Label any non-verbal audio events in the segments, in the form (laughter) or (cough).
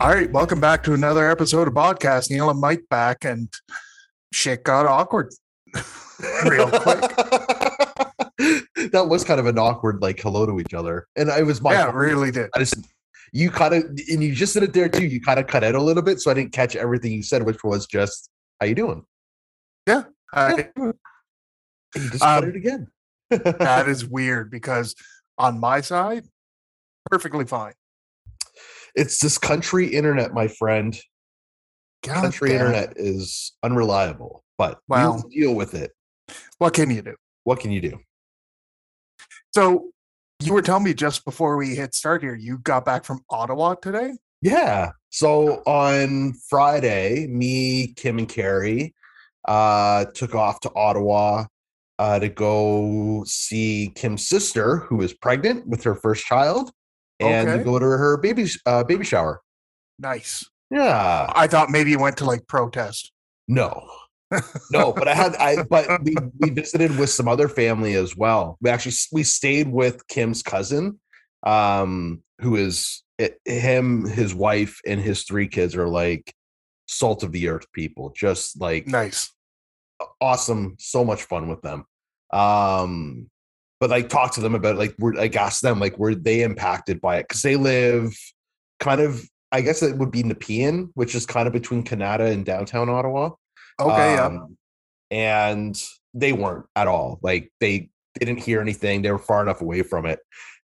All right, welcome back to another episode of podcast. Neil and Mike back, and shit got awkward real quick. (laughs) that was kind of an awkward like hello to each other, and it was my yeah, fault. really did. I just you kind of and you just did it there too. You kind of cut out a little bit, so I didn't catch everything you said, which was just how you doing. Uh, (laughs) And you just Um, cut it again. that is weird because on my side, perfectly fine. (laughs) it's this country internet, my friend. God Country Oh, damn it. internet is unreliable, but Wow. we'll deal with it. What can you do? What can you do? So you were telling me just before we hit start here, you got back from Ottawa today. Yeah. So on Friday, me, Kim, and Carrie uh, took off to Ottawa uh, to go see Kim's sister, who is pregnant with her first child, and Okay. to go to her baby sh- uh, baby shower. Nice. Yeah. I thought maybe you went to like protest. No. no, but I had I but we, we visited with some other family as well. We actually s- we stayed with Kim's cousin, um, who is i- him, his wife, and his three kids are like salt of the earth people, just like Nice. awesome, so much fun with them. Um, but like talk to them about like were like ask them like were they impacted by it because they live kind of I guess it would be Nepean, which is kind of between Kanata and downtown Ottawa. Okay. yeah. Um, And they weren't at all. Like they didn't hear anything. They were far enough away from it.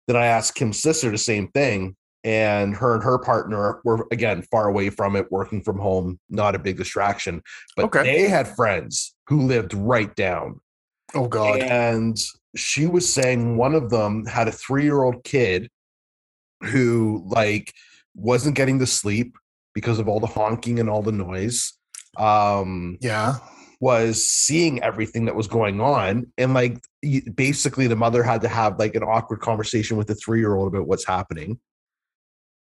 Then I asked Kim's sister the same thing. And her and her partner were again far away from it, working from home, not a big distraction. But Okay. they had friends who lived right down. uh, Oh God. And she was saying one of them had a three year old kid who, like, wasn't getting to sleep because of all the honking and all the noise. Um, Yeah. was seeing everything that was going on and like y- basically the mother had to have like an awkward conversation with the three-year-old about what's happening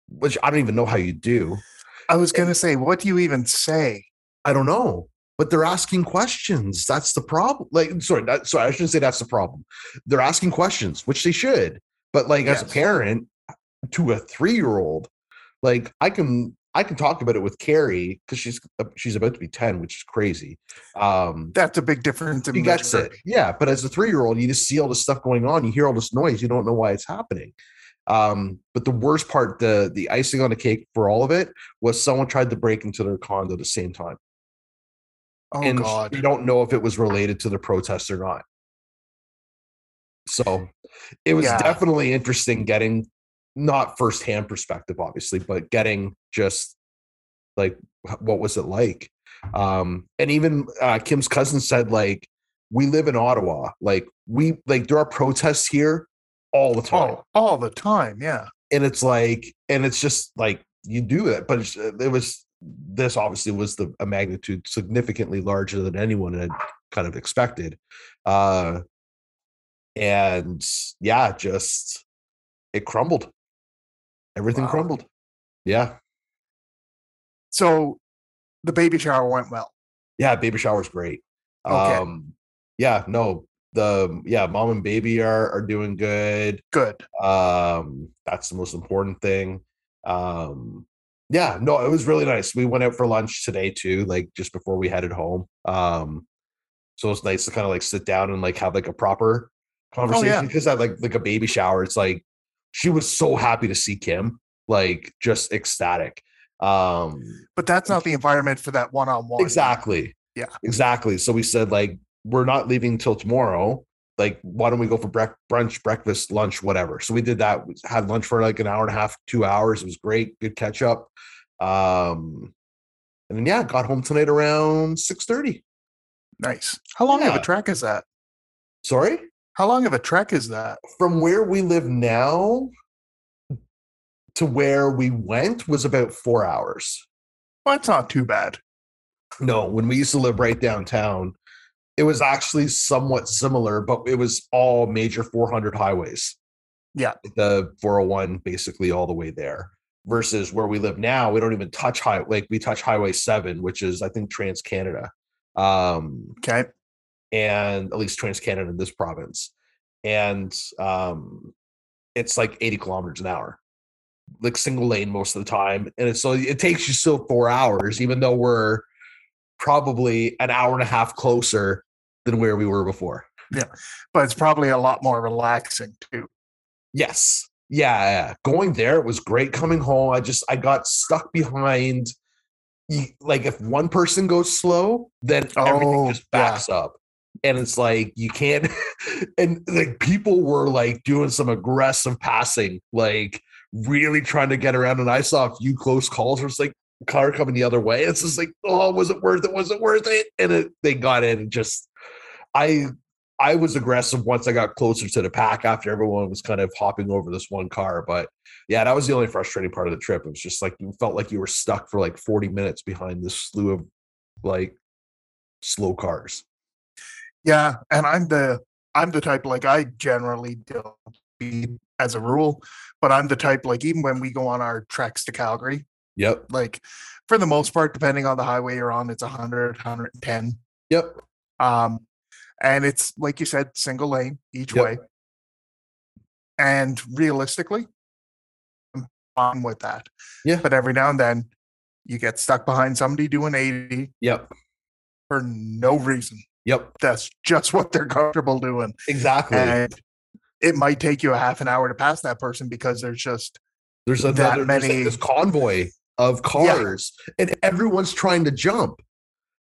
which i don't even know how you do I was gonna say, what do you even say? i don't know but they're asking questions that's the problem like sorry that, sorry i shouldn't say that's the problem they're asking questions which they should but like Yes. as a parent to a three-year-old like i can i can talk about it with carrie because she's uh, she's about to be 10 which is crazy um That's a big difference in He gets it. maturity. Yeah. But as a three year old, you just see all this stuff going on. You hear all this noise. You don't know why it's happening. Um, but the worst part, the the icing on the cake for all of it was someone tried to break into their condo at the same time. Oh and God. you don't know if it was related to the protest or not. So it was Yeah. definitely interesting getting not firsthand perspective, obviously, but getting just like wh- what was it like? Um, and even uh, Kim's cousin said, like, we live in Ottawa, like we like there are protests here all the time Oh, all the time. Yeah. and it's like and it's just like you do it but it's, uh, it was this obviously was the a magnitude significantly larger than anyone had kind of expected uh and yeah just it crumbled everything Wow. crumbled yeah So the baby shower went well. yeah baby shower's great Okay. um yeah no the yeah mom and baby are are doing good Good. um that's the most important thing um yeah no it was really nice we went out for lunch today too like just before we headed home um so it's nice to kind of like sit down and like have like a proper conversation because i like like a baby shower it's like she was so happy to see kim like just ecstatic um But that's not the environment for that one on one. Exactly. Yeah. Exactly. So we said like we're not leaving till tomorrow. Like why don't we go for brec- brunch, breakfast, lunch, whatever? So we did that. We had lunch for like an hour and a half, two hours. It was great. Good catch up. Um, and then yeah, got home tonight around six thirty. Nice. How long of a Yeah. trek is that? Sorry, How long of a trek is that? from where we live now to where we went was about four hours. Well, it's not too bad. No, when we used to live right downtown, it was actually somewhat similar, but it was all major 400 highways. Yeah. The 401 basically all the way there versus where we live now, we don't even touch high like we touch highway 7, which is I think Trans Canada. Um Okay. and at least Trans Canada in this province. And um it's like 80 kilometers an hour. like single lane most of the time, and it's, so it takes you still four hours, even though we're probably an hour and a half closer than where we were before. but it's probably a lot more relaxing too. Yes. Yeah, yeah. Going there, it was great. Coming home, I just I got stuck behind. y- Like if one person goes slow, then everything Oh, just backs up, and it's like you can't. (laughs) And like people were like doing some aggressive passing, like really trying to get around. And I saw a few close calls where it's like car coming the other way. It's just like, oh, was it worth it? Was it worth it? And it, they got in and just. I I was aggressive once I got closer to the pack after everyone was kind of hopping over this one car. But yeah, that was the only frustrating part of the trip. It was just like you felt like you were stuck for like 40 minutes behind this slew of like slow cars. Yeah, and I'm the I'm the type like I generally don't speed as a rule, but I'm the type like even when we go on our treks to Calgary, Yep. like for the most part, depending on the highway you're on, it's 100, 110. Yep. Um, and it's like you said, single lane each Yep. way. And realistically, I'm fine with that. Yeah. But every now and then you get stuck behind somebody doing 80 Yep. for no reason. Yep. That's just what they're comfortable doing. Exactly. And it might take you a half an hour to pass that person because there's just there's that another there's, like, many- this convoy of cars and everyone's trying to jump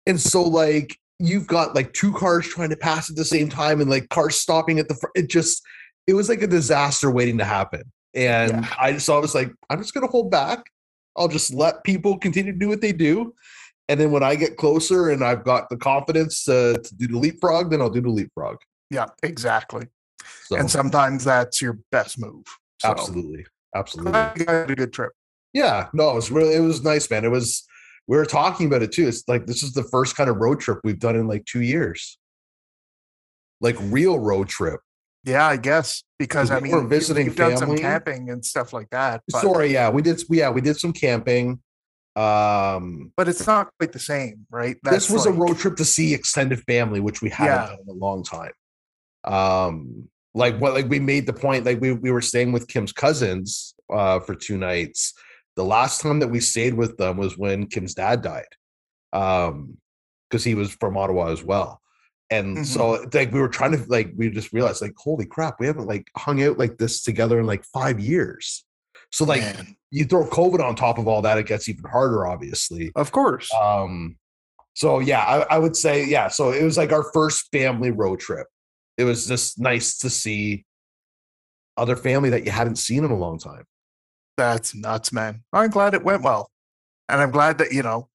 and so like you've got like two cars trying to pass at the same time and like cars stopping at the front it just it was like a disaster waiting to happen and Yeah. i so i was like i'm just going to hold back i'll just let people continue to do what they do and then when i get closer and i've got the confidence uh, to do the leapfrog then i'll do the leapfrog yeah, exactly. so And sometimes that's your best move. So absolutely absolutely I think I had a good trip. Yeah, no, it was really it was nice, man. It was we were talking about it too. It's like this is the first kind of road trip we've done in like two years. Like real road trip. Yeah, I guess because I we mean, were you- visiting you've done some family. camping and stuff like that, but, Sorry, yeah, we did yeah, we did some camping. Um but it's not quite the same, right? this was a like- road trip to see extended family, which we haven't Yeah. done in a long time. Um, like what like we made the point, like we we were staying with Kim's cousins uh for two nights. The last time that we stayed with them was when Kim's dad died. Um, because he was from Ottawa as well. And Mhm. so like we were trying to like we just realized like holy crap, we haven't like hung out like this together in like five years. So like Man, you throw COVID on top of all that, it gets even harder, obviously. of course. Um, so yeah, I, I would say yeah. So it was like our first family road trip. It was just nice to see other family that you hadn't seen in a long time. That's nuts, man. I'm glad it went well. And I'm glad that, you know,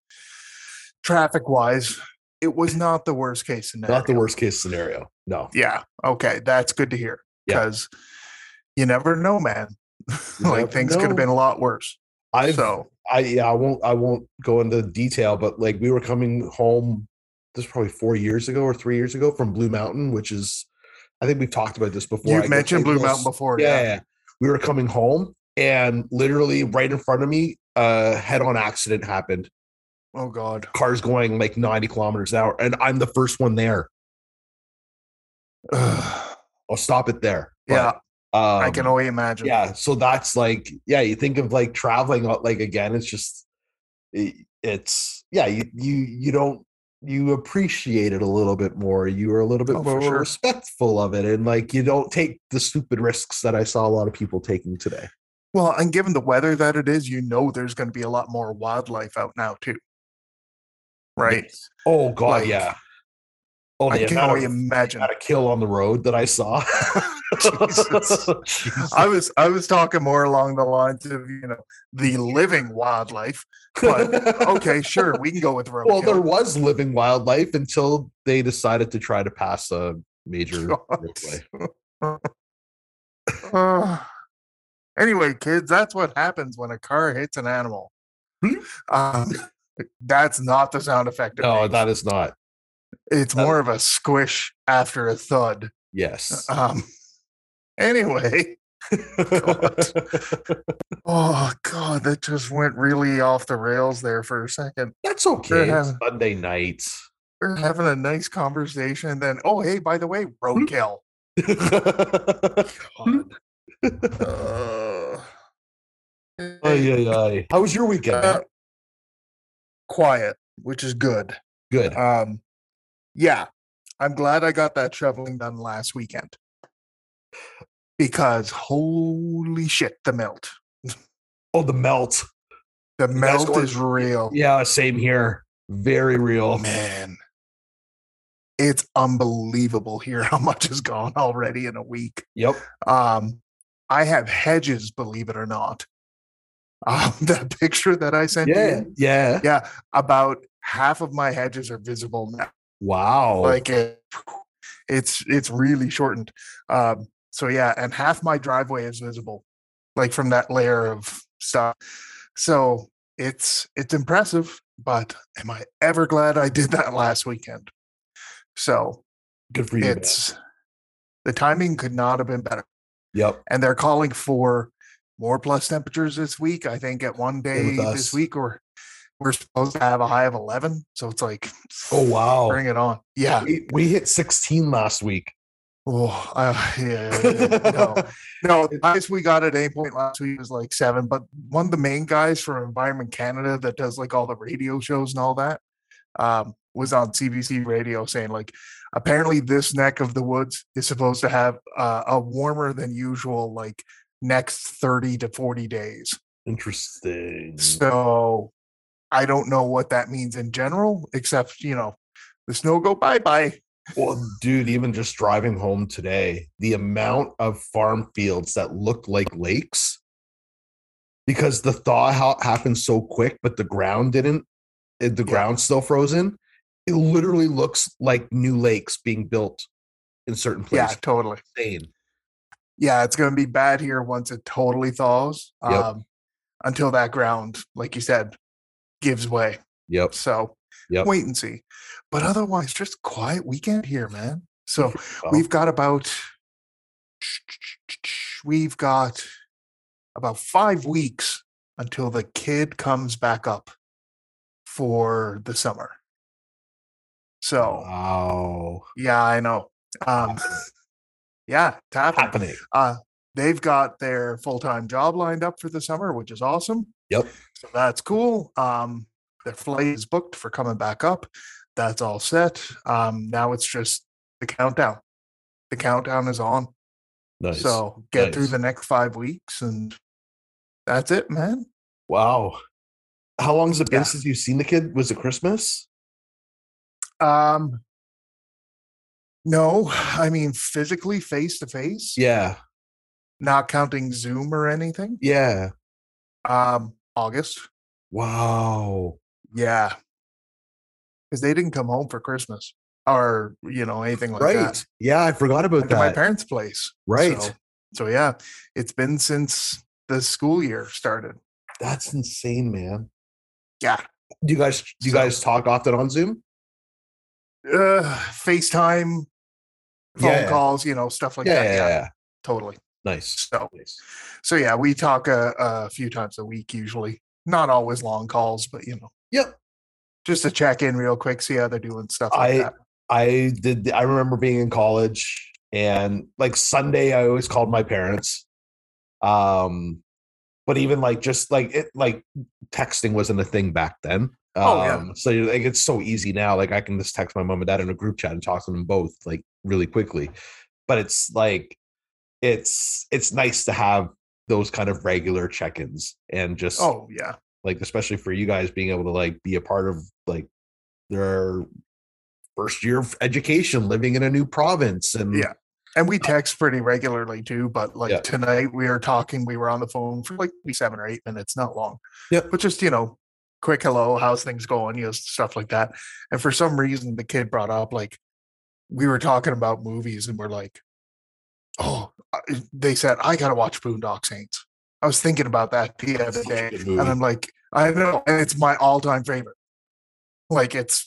traffic wise, it was not the worst case scenario. Not the worst case scenario. No, Yeah. Okay. That's good to hear Yeah. because you never know, man. (laughs) never like things could know. have been a lot worse. I've so, I yeah, I won't I won't go into detail, but like we were coming home this was probably four years ago or three years ago from Blue Mountain, which is I think we've talked about this before. I you've get mentioned Blue signals- Mountain before. yeah, yeah. We were coming home and literally right in front of me, a head on accident happened. Oh, God. (sighs) cars going like 90 kilometers an hour and i'm the first one there i'll stop it there But, yeah. um, I can only imagine. yeah so that's like yeah you think of like traveling uh, like again it's just it- it's yeah you you you don't you appreciate it a little bit more you are a little bit Oh, for more sure. respectful of it and like you don't take the stupid risks that i saw a lot of people taking today Well, and given the weather that it is, you know there's going to be a lot more wildlife out now too. Right? oh god Like, yeah oh I the can amount only of, imagine. amount of kill on the road that i saw (laughs) Jesus. (laughs) Jesus. I was I was talking more along the lines of you know the living wildlife. (laughs) But, Okay, sure, we can go with roadkill. well, there was living wildlife until they decided to try to pass a (laughs) major God. roadway. Uh, (sighs) anyway, kids, that's what happens when a car hits an animal. Hmm? Um, that's not the sound effect. (laughs) It No, makes. that is not. it's that- more of a squish after a thud. (laughs) Yes. (laughs) Um, anyway, oh god, that just went really off the rails there for a second. That's okay. It's Yeah. Sunday (laughs) night. We're having a nice conversation, then oh hey, by the way, roadkill. yeah, (laughs) God. Uh, Ay, ay, ay. How was your weekend? Uh, Matt? quiet, which is good. Good. Um, yeah, I'm glad I got that shoveling done last weekend because holy shit, the melt, Oh, the melt. the guys melt going- is real, Yeah, same here. Very real. Oh, man. It's unbelievable here (laughs) how much is gone already in a week. Yep. Um, I have hedges, believe it or not. (laughs) Um, that picture that I sent Yeah. you, Yeah. yeah, about half of my hedges are visible now. Wow. like it, it's it's really shortened um so yeah and half my driveway is visible like from that layer of stuff so it's it's impressive but am i ever glad i did (laughs) that last weekend so good for you. Matt. it's the timing could not have been better Yep. and they're calling for more plus temperatures this week i think at one day with us. this week or we're supposed to have a high of 11 so it's like Oh wow. bring it on yeah We, we hit 16 last week. Oh, I- (laughs) yeah, yeah, yeah. no, no. The highest we got at any point last week was like seven. But one of the main guys from Environment Canada that does like all the radio shows and all that um, was on CBC Radio saying like, apparently this neck of the woods is supposed to have uh, a warmer than usual like next thirty to forty days. Interesting. So I don't know what that means in general, except you know, the snow go bye bye. Well, dude, even just driving home today, the amount of farm fields that looked like lakes because the thaw ha- happened so quick, but the ground didn't, eh, Yeah. the ground's still frozen. It literally looks like new lakes being built in certain Yeah, places. totally. Insane. yeah, it's going to be bad here once it totally thaws. Yep. Um, until that ground, like you said, gives way. Yep. So Yep. wait and see. But otherwise, just quiet weekend here, man. So (laughs) Well, we've got about we've got about five weeks until the kid comes back up for the summer. So wow. yeah, I know. Um, yeah, it's happening happening. uh, they've got their full-time job lined up for the summer, which is awesome. Yep. So that's cool. Um, their flight is booked for coming back up. That's all set. Um, now it's just the countdown. The countdown is on. Nice. So get through Nice. the next five weeks and that's it, man. wow. How long has it been Yeah. since you've seen the kid? Was it Christmas? Um, no, I mean physically face to face, Yeah. not counting Zoom or anything. Yeah. Um, August. Wow. Yeah. Because they didn't come home for Christmas or, you know, anything like right. that. Yeah, I forgot about Went to my that. parents' place. Right. So, so, yeah, it's been since the school year started. That's insane, man. Yeah. Do you guys do you So- guys talk often on Zoom? Uh, FaceTime, phone Yeah. calls, you know, stuff like yeah, that. yeah, Yeah, yeah. totally. Nice. So, nice. so yeah, we talk a, a few times a week usually. Not always long calls, but, you know, Yep. just to check in real quick, see how they're doing, stuff like I- that. I did the- I remember being in college and like Sunday I always called my parents. Um but even like just like it like texting wasn't a thing back then. Um Oh, yeah. so you're like it's so easy now. Like I can just text my mom and dad in a group chat and talk to them both like really quickly. But it's like it's it's nice to have those kind of regular check-ins and just Oh, yeah. like especially for you guys being able to like be a part of like their first year of education living in a new province and Yeah. And we text pretty regularly too, but like Yeah. tonight we were talking, we were on the phone for like maybe seven or eight minutes, not long. Yeah. But just, you know, quick hello, how's things going? You know, stuff like that. And for some reason the kid brought up like we were talking about movies and we're like, Oh, I- they said, I gotta watch Boondock Saints. I was thinking about that the other Such a day. good And movie. I'm like, I know, and it's my all time favorite. Like it's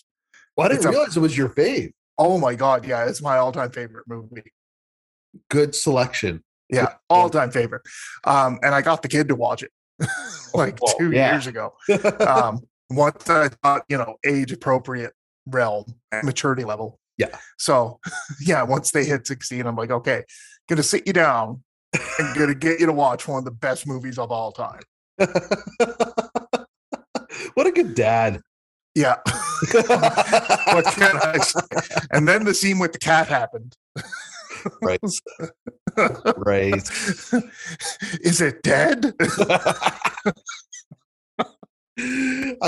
well, i didn't it's a- realize it was your fave oh my god, yeah, it's my all time favorite movie. good (laughs) selection Yeah, all time favorite. Um, and I got the kid to watch it (laughs) like Oh, Well, two yeah. years ago. Um, once I thought, you know, age appropriate realm, maturity level. Yeah. So, (laughs) yeah, once they hit 16, I'm like, okay, gonna sit you down and gonna get you to watch one of the best movies of all time. what a good dad. (laughs) Yeah. (laughs) what can I say? And then the scene with the cat happened. right. (laughs) Right. Is it dead? (laughs) I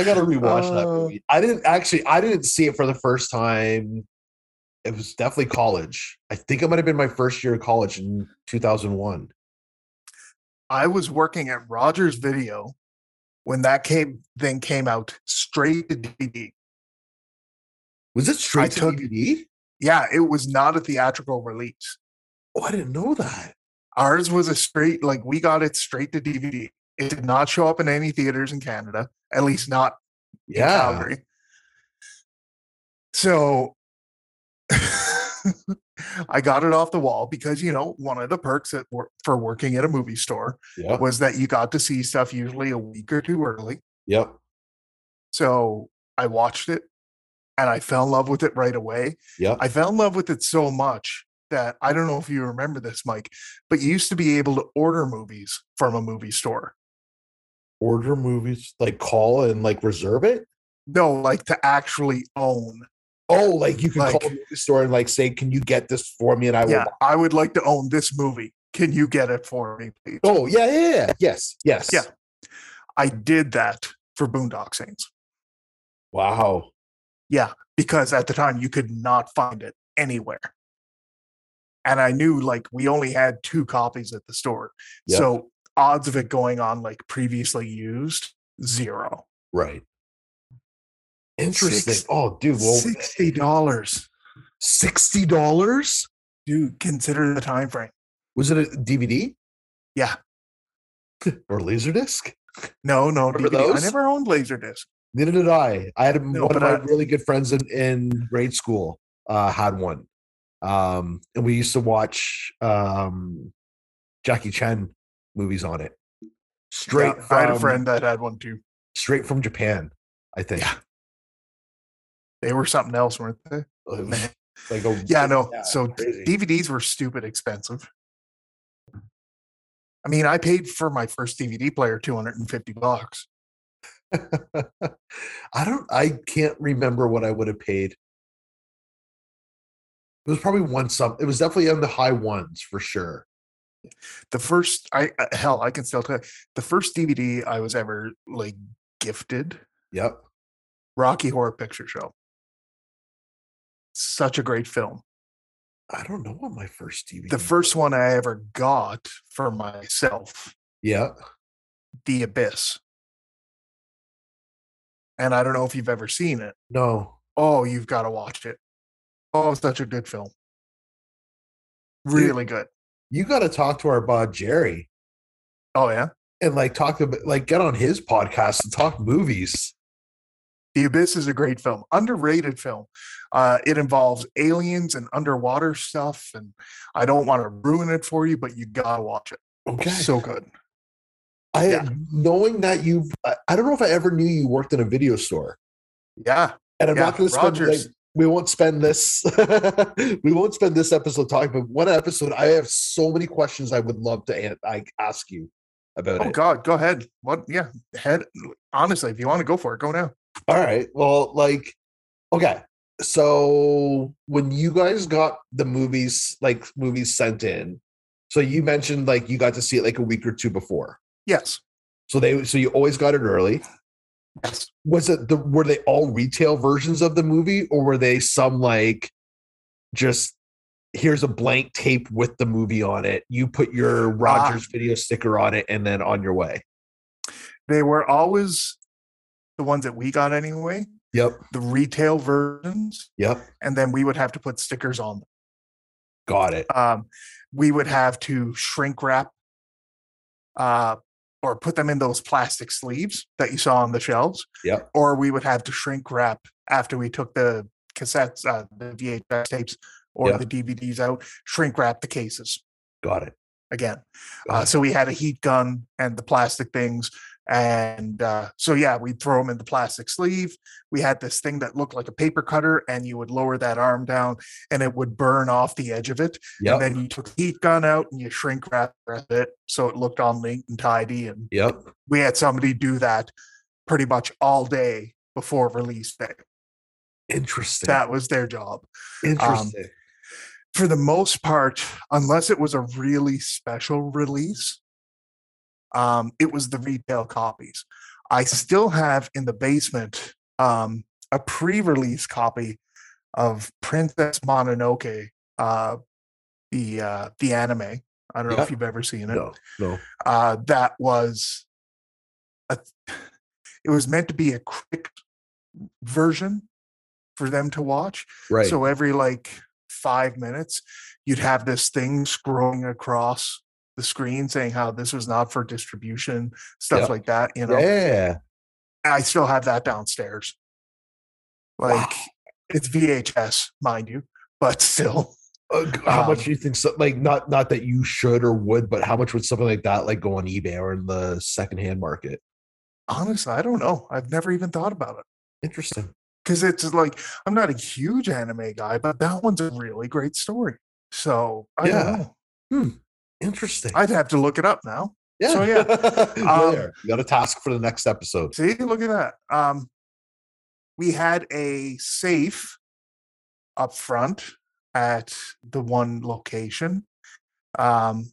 gotta rewatch that Uh, movie. I didn't actually I didn't see it for the first time. It was definitely college. I think it might have been my first year of college in 2001. I was working at Rogers Video when that came thing came out straight to DVD. Was it straight to took- DVD? Yeah, it was not a theatrical release. Oh, I didn't know that. Ours was a straight like we got it straight to DVD. It did not show up in any theaters in Canada, at least not in Yeah. Calgary. So I got it off the wall because you know one of the perks at wor- for working at a movie store Yep. was that you got to see stuff usually a week or two early. Yep. So I watched it and I fell in love with it right away. Yep. I fell in love with it so much that I don't know if you remember this, Mike, but you used to be able to order movies from a movie store. Order movies, like call and like reserve it. No, like to actually own. Oh, like you can Like- call the movie store and like say, "Can you get this for me?" And I will. yeah, I would like to own this movie. Can you get it for me, please? Oh, yeah, yeah, yeah. Yes, yes. Yeah. I did that for Boondock Saints. Wow. Yeah, because at the time you could not find it anywhere. And I knew like we only had two copies at the store. Yep. So odds of it going on like previously used, zero. Right. Interesting. Six- oh, dude. Well, Sixty dollars. sixty dollars. Dude, consider the time frame. Was it a DVD? Yeah. or Laserdisc? No, no, Remember DVD. I those? never owned Laserdisc. Neither did I. I had No, one but of my I- really good friends in, in grade school uh, had one, um, and we used to watch um, Jackie Chan movies on it. Yeah, Straight I had a from- friend that had one too. straight from Japan, I think. Yeah. They were something else, weren't they? It was (laughs) like a, Yeah, no. so crazy. DVDs were stupid expensive. I mean, I paid for my first DVD player 250 bucks. (laughs) I don't. I can't remember what I would have paid. It was probably one some. It was definitely on the high ones for sure. The first I uh, hell, I can still tell you, the first DVD I was ever like gifted, Yep. Rocky Horror Picture Show. Such a great film. I don't know what my first DVD. The first one I ever got for myself, yeah. The Abyss. And I don't know if you've ever seen it. No. Oh, you've got to watch it. Oh, it's such a good film. Really good. You got to talk to our bud Jerry Oh yeah. and like talk about like get on his podcast and talk movies. The Abyss is a great film, underrated film. Uh, it involves aliens and underwater stuff, and I don't want to ruin it for you, but you gotta watch it. Okay. So good. I yeah. knowing that you, I, I don't know if I ever knew you worked in a video store, Yeah, and I'm yeah. not going to spend like, Rogers. we won't spend this (laughs) we won't spend this episode talking but one episode i have so many questions i would love to an- like ask you about oh it God, go ahead. What? Yeah, head. Honestly, if you want to go for it, go now. all right well like okay so when you guys got the movies like movies sent in so you mentioned like you got to see it like a week or two before Yes, so they so you always got it early yes. was it the were they all retail versions of the movie or were they some like just here's a blank tape with the movie on it you put your Ah. rogers video sticker on it and then on your way They were always the ones that we got anyway, yep the retail versions, yep and then we would have to put stickers on got it um, we would have to shrink wrap uh, or put them in those plastic sleeves that you saw on the shelves. Yep. Or we would have to shrink wrap after we took the cassettes, uh, the VHS tapes, or Yep. the DVDs out, shrink wrap the cases got it again. Got Uh, it. so we had a heat gun and the plastic things. And uh, so, yeah, we'd throw them in the plastic sleeve. We had this thing that looked like a paper cutter, and you would lower that arm down and it would burn off the edge of it. Yep. And then you took the heat gun out and you shrink wrap the rest of it so it looked all neat and tidy. And yep. we had somebody do that pretty much all day before release day. Interesting. That um, was their job. Interesting. For the most part, unless it was a really special release, um, it was the retail copies. I still have in the basement um, a pre release copy of Princess Mononoke, uh, the, uh, the anime. I don't know if Yeah. you've ever seen it no, no. uh, that was a, it was meant to be a quick version for them to watch Right. so every like five minutes you'd have this thing scrolling across the screen saying how this was not for distribution stuff Yep. like that you know yeah. i still have that downstairs like Wow. it's vhs mind you but still (laughs) Uh, g- how Um, much do you think? So, like, not not that you should or would, but how much would something like that like go on eBay or in the secondhand market? honestly i don't know i've never even thought about it Interesting. because it's just like I'm not a huge anime guy, but that one's a really great story. So I Yeah. don't know. Interesting. I'd have to look it up now. yeah. so, yeah. Go Um, (laughs) there. You got a task for the next episode. See, look at that. Um, we had a safe up front at the one location, um,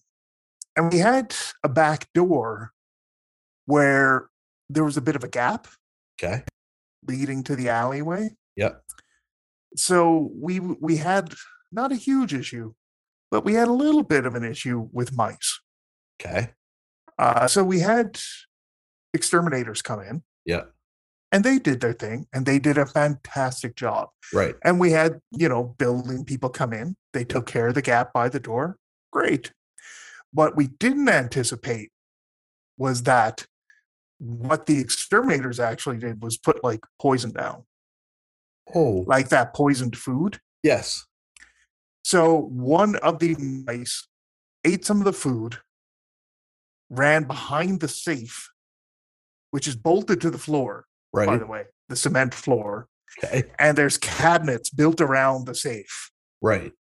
and we had a back door where there was a bit of a gap Okay. leading to the alleyway. Yep. so we w- we had not a huge issue, but we had a little bit of an issue with mice. Okay. Uh, so we had exterminators come in. Yeah. And they did their thing, and they did a fantastic job. Right. And we had you know building people come in. They took care of the gap by the door. Great. What we didn't anticipate was that what the exterminators actually did was put like poison down, Oh. like that poisoned food. yes. So one of the mice ate some of the food, ran behind the safe, which is bolted to the floor, by Right. the way, the cement floor. Okay. And there's cabinets built around the safe Right.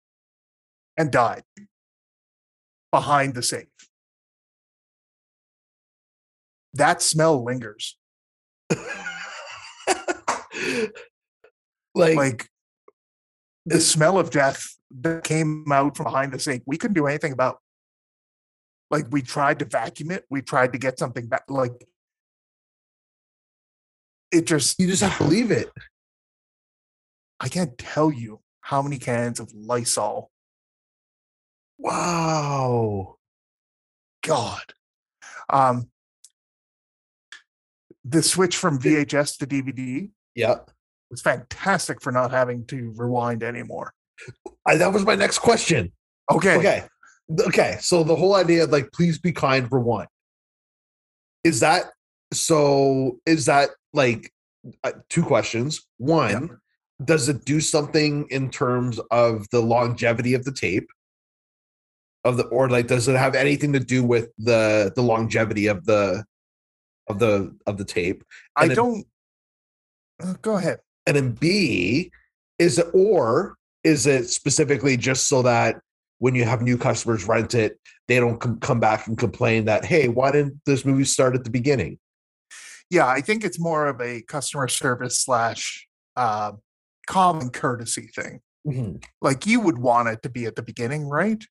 (laughs) and died behind the safe. That smell lingers. like, Like the This- smell of death that came out from behind the safe, we couldn't do anything about. Like we tried to vacuum it, we tried to get something back. Like it just, you just have to leave it. I can't tell you how many cans of Lysol. Wow. God, um, the switch from VHS to DVD Yeah. was fantastic for not having to rewind anymore. I, that was my next question. Okay, Okay. Th- Okay. So the whole idea of like, please be kind for one. Is that so? Is that like uh, two questions? One, does it do something in terms of the longevity of the tape? Of the or like does it have anything to do with the the longevity of the of the of the tape? I and then- don't. Uh, Go ahead. And then B, is it or is it specifically just so that when you have new customers rent it, they don't com- come back and complain that, hey, why didn't this movie start at the beginning? yeah i think it's more of a customer service slash uh, common courtesy thing like you would want it to be at the beginning right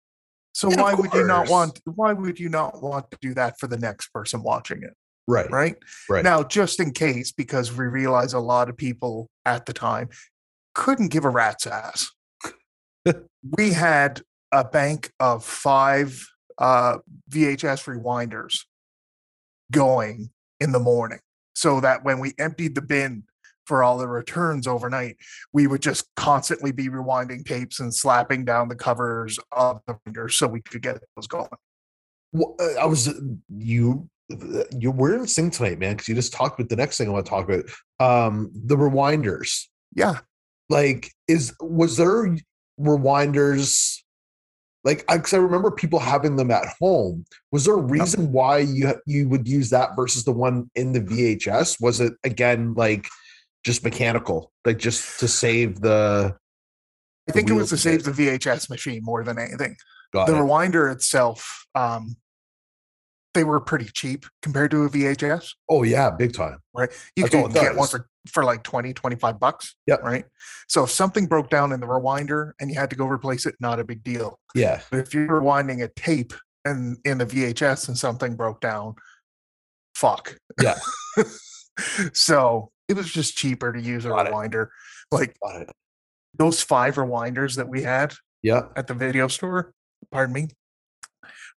so Yeah, of why would you not course. want why would you not want to do that for the next person watching it Right. right Right. now just in case because we realize a lot of people at the time couldn't give a rat's ass we had a bank of five uh, vhs rewinders going in the morning so that when we emptied the bin for all the returns overnight we would just constantly be rewinding tapes and slapping down the covers of the readers so we could get those going Wh- uh, I was you uh, you we're in sync tonight, man, because you just talked about the next thing I want to talk about. Um, the rewinders. yeah Like, is was there rewinders Like, because I, remember people having them at home. Was there a reason why you you would use that versus the one in the VHS? Was it again like just mechanical, like just to save the? I think it was to wheels save the VHS machine more than anything. Got the it. rewinder itself, um, they were pretty cheap compared to a VHS. Oh yeah, big time. You That's all could it get one does. for, for like 20, 25 bucks. Yep. Right. So if something broke down in the rewinder and you had to go replace it, not a big deal. Yeah, But if you're rewinding a tape and in the VHS and something broke down, fuck. Yeah. (laughs) so it was just cheaper to use a Got it. rewinder. Like got it. those five rewinders that we had Yeah, at the video store, pardon me,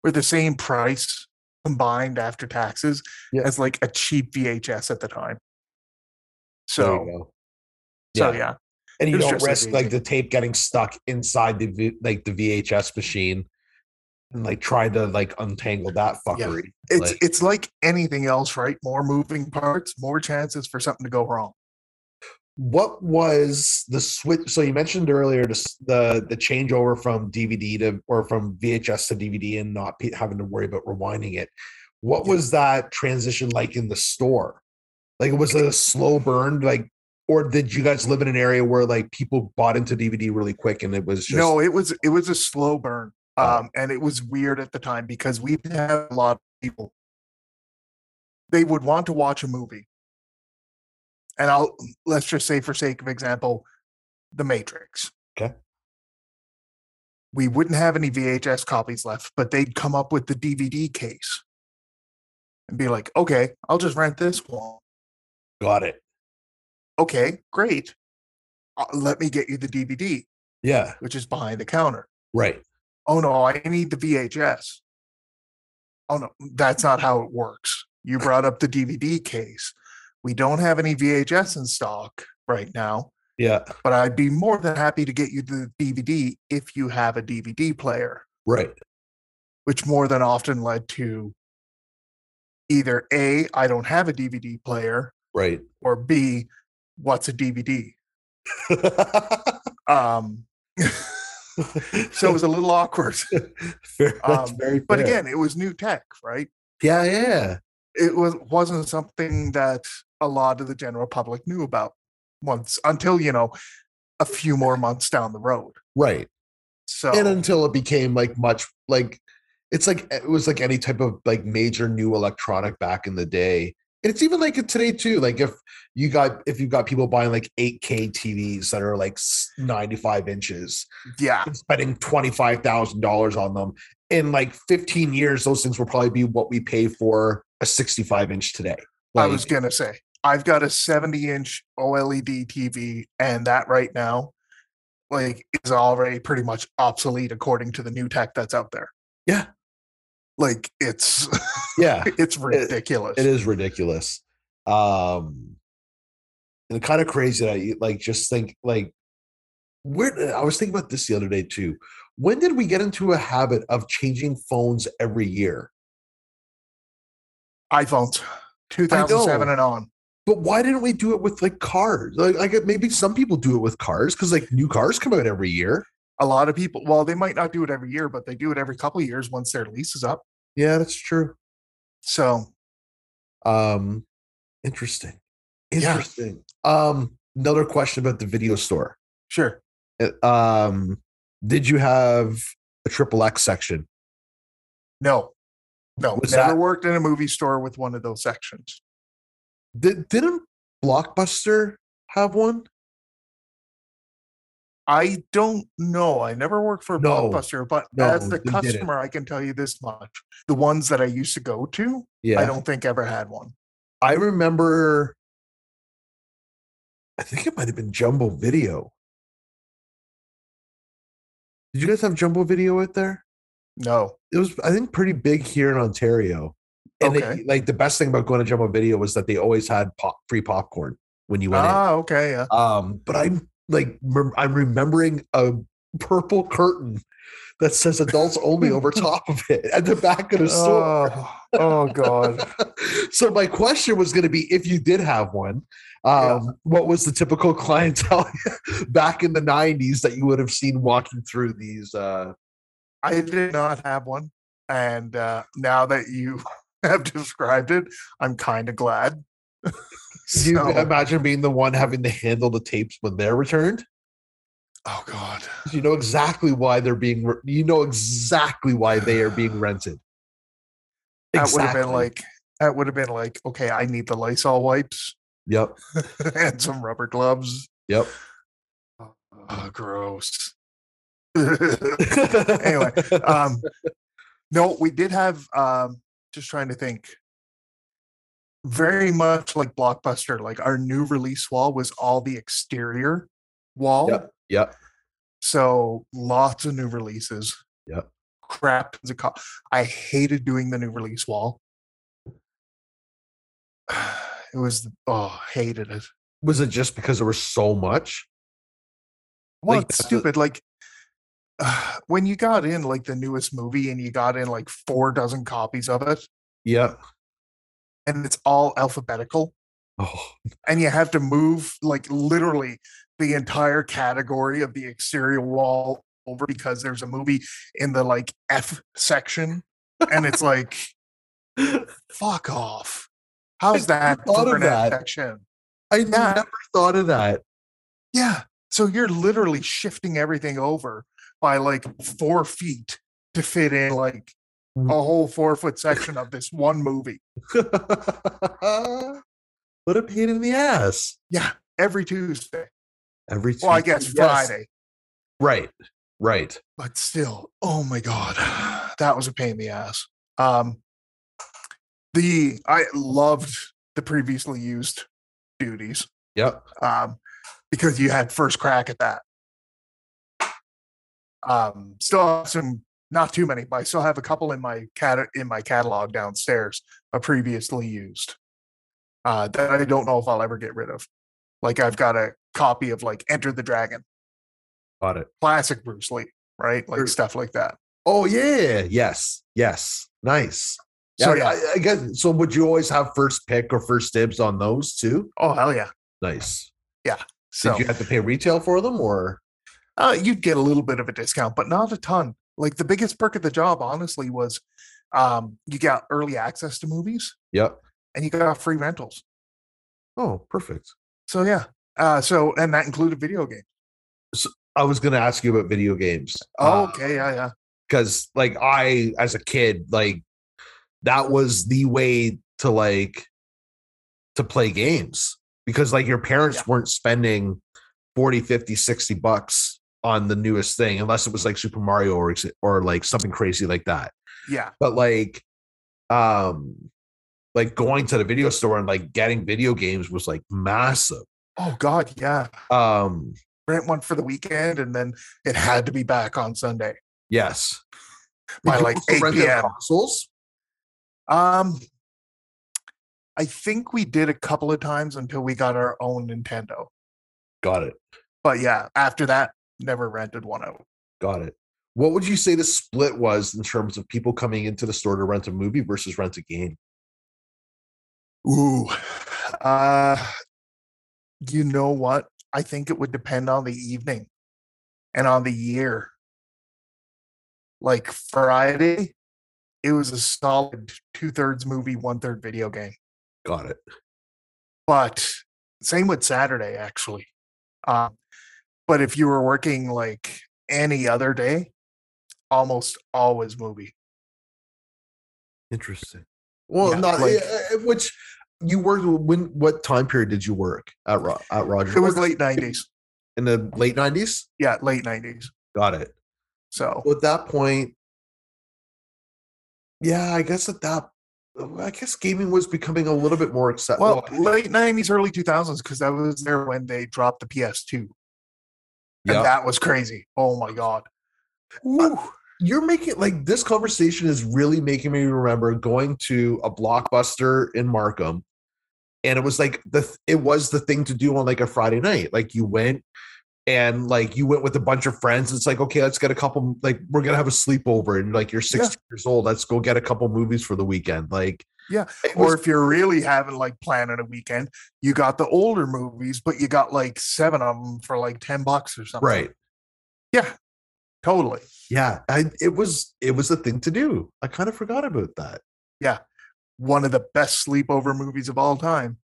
were the same price combined after taxes Yeah. as like a cheap VHS at the time. there you So, go. so Yeah. yeah, and you It was don't just like risk like the tape getting stuck inside the v- like the VHS machine and like trying to like untangle that fuckery. it's Like- it's like anything else, right? More moving parts, more chances for something to go wrong. What was the switch? So you mentioned earlier just the the changeover from DVD to or from VHS to DVD and not pe- having to worry about rewinding it. What Yeah. was that transition like in the store? Like was it a slow burn? Like, or did you guys live in an area where like people bought into DVD really quick and it was just no, it was it was a slow burn, Oh. um, and it was weird at the time because we had a lot of people. They would want to watch a movie, and I'll let's just say for sake of example, The Matrix. Okay. We wouldn't have any VHS copies left, but they'd come up with the DVD case and be like, "Okay, I'll just rent this one." got it? Okay, great. Uh, let me get you the DVD, Yeah, which is behind the counter. right. oh no, I need the VHS. Oh no, that's not how it works. You brought up the DVD case. We don't have any VHS in stock right now, Yeah, but I'd be more than happy to get you the DVD if you have a DVD player, right. which more than often led to either A, I don't have a DVD player, Right. (laughs) or B, what's a DVD? Um, so it was a little awkward. (laughs) fair, that's um, very But fair. again, it was new tech, right? yeah, yeah, it was wasn't something that a lot of the general public knew about once until you know a few more months down the road right. so And until it became like much like it's like it was like any type of like major new electronic back in the day. And it's even like it today too. Like if you got if you've got people buying like 8K TVs that are like s- 95 inches yeah and spending twenty five thousand dollars on them, in like 15 years, those things will probably be what we pay for a 65 inch today. i was gonna say i've got a 70 inch oled tv and that right now like is already pretty much obsolete according to the new tech that's out there Yeah. like it's (laughs) yeah. it's ridiculous It is ridiculous. Um and kind of crazy that you like just think like where I was thinking about this the other day too. When did we get into a habit of changing phones every year? iphones 2007 and on But why didn't we do it with like cars? Like, like maybe some people do it with cars because like new cars come out every year. a lot of people well they might not do it every year but they do it every couple of years once their lease is up Yeah, that's true. so Um interesting. Yeah. Interesting. Um another question about the video store. sure Uh, Um did you have a triple X section? no no Was never that- worked in a movie store with one of those sections Did, didn't Blockbuster have one? i don't know i never worked for a No, blockbuster but no, as the they didn't. customer i can tell you this much the ones that i used to go to Yeah. i I, don't think ever had one remember. I think it might have been Jumbo Video. Did you guys have Jumbo Video out there? no It was, I think, pretty big here in Ontario. And they- Okay. like the best thing about going to Jumbo Video was that they always had pop, free popcorn when you went in. ah okay yeah Um, but I'm like rem- I'm remembering a purple curtain that says adults (laughs) only over top of it at the back of the store. oh, (laughs) oh god so my question was going to be if you did have one um, Yeah. what was the typical (laughs) clientele back in the 90s that you would have seen walking through these uh, I did not have one, and uh, now that you (laughs) have described it, I'm kind of glad. Do you So- imagine being the one having to handle the tapes when they're returned? oh God, You know exactly why they're being. Re- you know exactly why they are being rented. that would have been Exactly. like that would have been like okay, I need the Lysol wipes Yep. (laughs) and some rubber gloves. Yep. Oh, gross. (laughs) Anyway, um no we did have um just trying to think very much like blockbuster like our new release wall was all the exterior wall Yep, (laughs) yep. so lots of new releases Yep. crap tons of co- i hated doing the new release wall (sighs) it was the- oh hated it Was it just because there was so much? Well, Like, it's that's the- stupid. Like (sighs) when you got in like the newest movie and you got in like four dozen copies of it, Yep. and it's all alphabetical, Oh, and you have to move like literally the entire category of the exterior wall over because there's a movie in the like F section, and (laughs) it's like, fuck off. How's that thought for an of F that. section? I Yeah. never thought of that. Yeah. So you're literally shifting everything over by like four feet to fit in like a Mm. whole four foot section of this one movie. (laughs) what a pain in the ass. Yeah. Every Tuesday. Every Well, I Tuesday- guess Yes, Friday, Right. Right. but still, oh my God. (sighs) That was a pain in the ass. Um the I loved the previously used duties. Yep. um, because you had first crack at that. Um, still have some, not too many, but I still have a couple in my cat in my catalog downstairs, a previously used, uh, that I don't know if I'll ever get rid of. Like I've got a copy of like Enter the Dragon, Got it. classic Bruce Lee, right? Like Sure. stuff like that. Oh yeah. Yes. Yes. Nice. So So yeah, I, I guess so would you always have first pick or first dibs on those too? oh hell yeah. Nice. So Did you have to pay retail for them or Uh, you'd get a little bit of a discount, but not a ton. Like the biggest perk of the job, honestly, was um, you got early access to movies yep. and you got free rentals. Oh, perfect. So yeah, uh, so and that included video games. I was gonna ask you about video games. Oh, Uh, okay, yeah, yeah, because like I as a kid like that was the way to like to play games because like your parents Yeah. weren't spending 40 50 60 bucks on the newest thing unless it was like Super Mario or ex- or like something crazy like that yeah, but like um like going to the video store and like getting video games was like massive Oh God, yeah. um Rent one for the weekend, and then it had to be back on Sunday. yes By, Did you like, also 8 rent their PM. consoles Um, I think we did a couple of times until we got our own Nintendo. got it But yeah, after that, never rented one out. Got it. What would you say the split was in terms of people coming into the store to rent a movie versus rent a game? Ooh. Uh you know what? I think it would depend on the evening and on the year. Like Friday, it was a solid two thirds movie, one third video game. Got it. But same with Saturday, actually. Um, but if you were working like any other day, almost always movie. Interesting. Well, Yeah, not like- eh, eh, which you worked when? What time period did you work at Ro- at Rogers? It was late 90s. in the late nineties. Yeah, late 90s. Got it. So Well, at that point, yeah, I guess at that, I guess gaming was becoming a little bit more acceptable. Well, late nineties, early two thousands, because I was there when they dropped the PS2, and that was crazy. Oh my god! Uh, Woo. you're making like this conversation is really making me remember going to a blockbuster in Markham, and it was like the th- it was the thing to do on like a Friday night. Like you went and like you went with a bunch of friends. It's like okay, let's get a couple. Like we're gonna have a sleepover, and like you're 16 years old. Let's go get a couple movies for the weekend. Like Yeah, it Or was- if you're really having like planning a weekend, you got the older movies, but you got like seven of them for like ten bucks or something. right. Yeah. Totally. Yeah, I, it was it was a thing to do. I kind of forgot about that. One of the best sleepover movies of all time.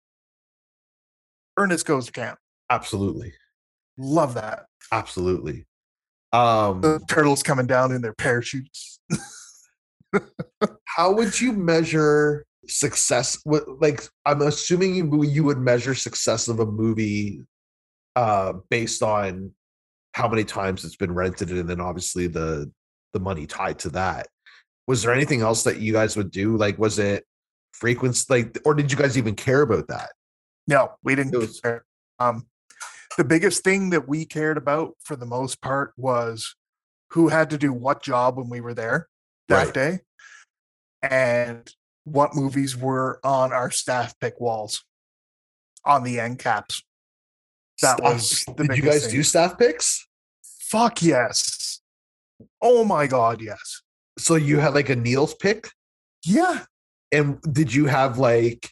Ernest Goes to Camp. Absolutely, Love that. absolutely. Um, The turtles coming down in their parachutes. how would you measure success? What, like, I'm assuming you you would measure success of a movie uh, based on how many times it's been rented, and then obviously the the money tied to that. Was there anything else that you guys would do? Like, was it frequency? Like, or did you guys even care about that? No, we didn't It was- care. Um, the biggest thing that we cared about for the most part was who had to do what job when we were there that Right. day and what movies were on our staff pick walls on the end caps. That was the Did you biggest guys thing. do staff picks? Fuck yes. Oh my God, yes. So you had like a Neil's pick, Yeah. and did you have like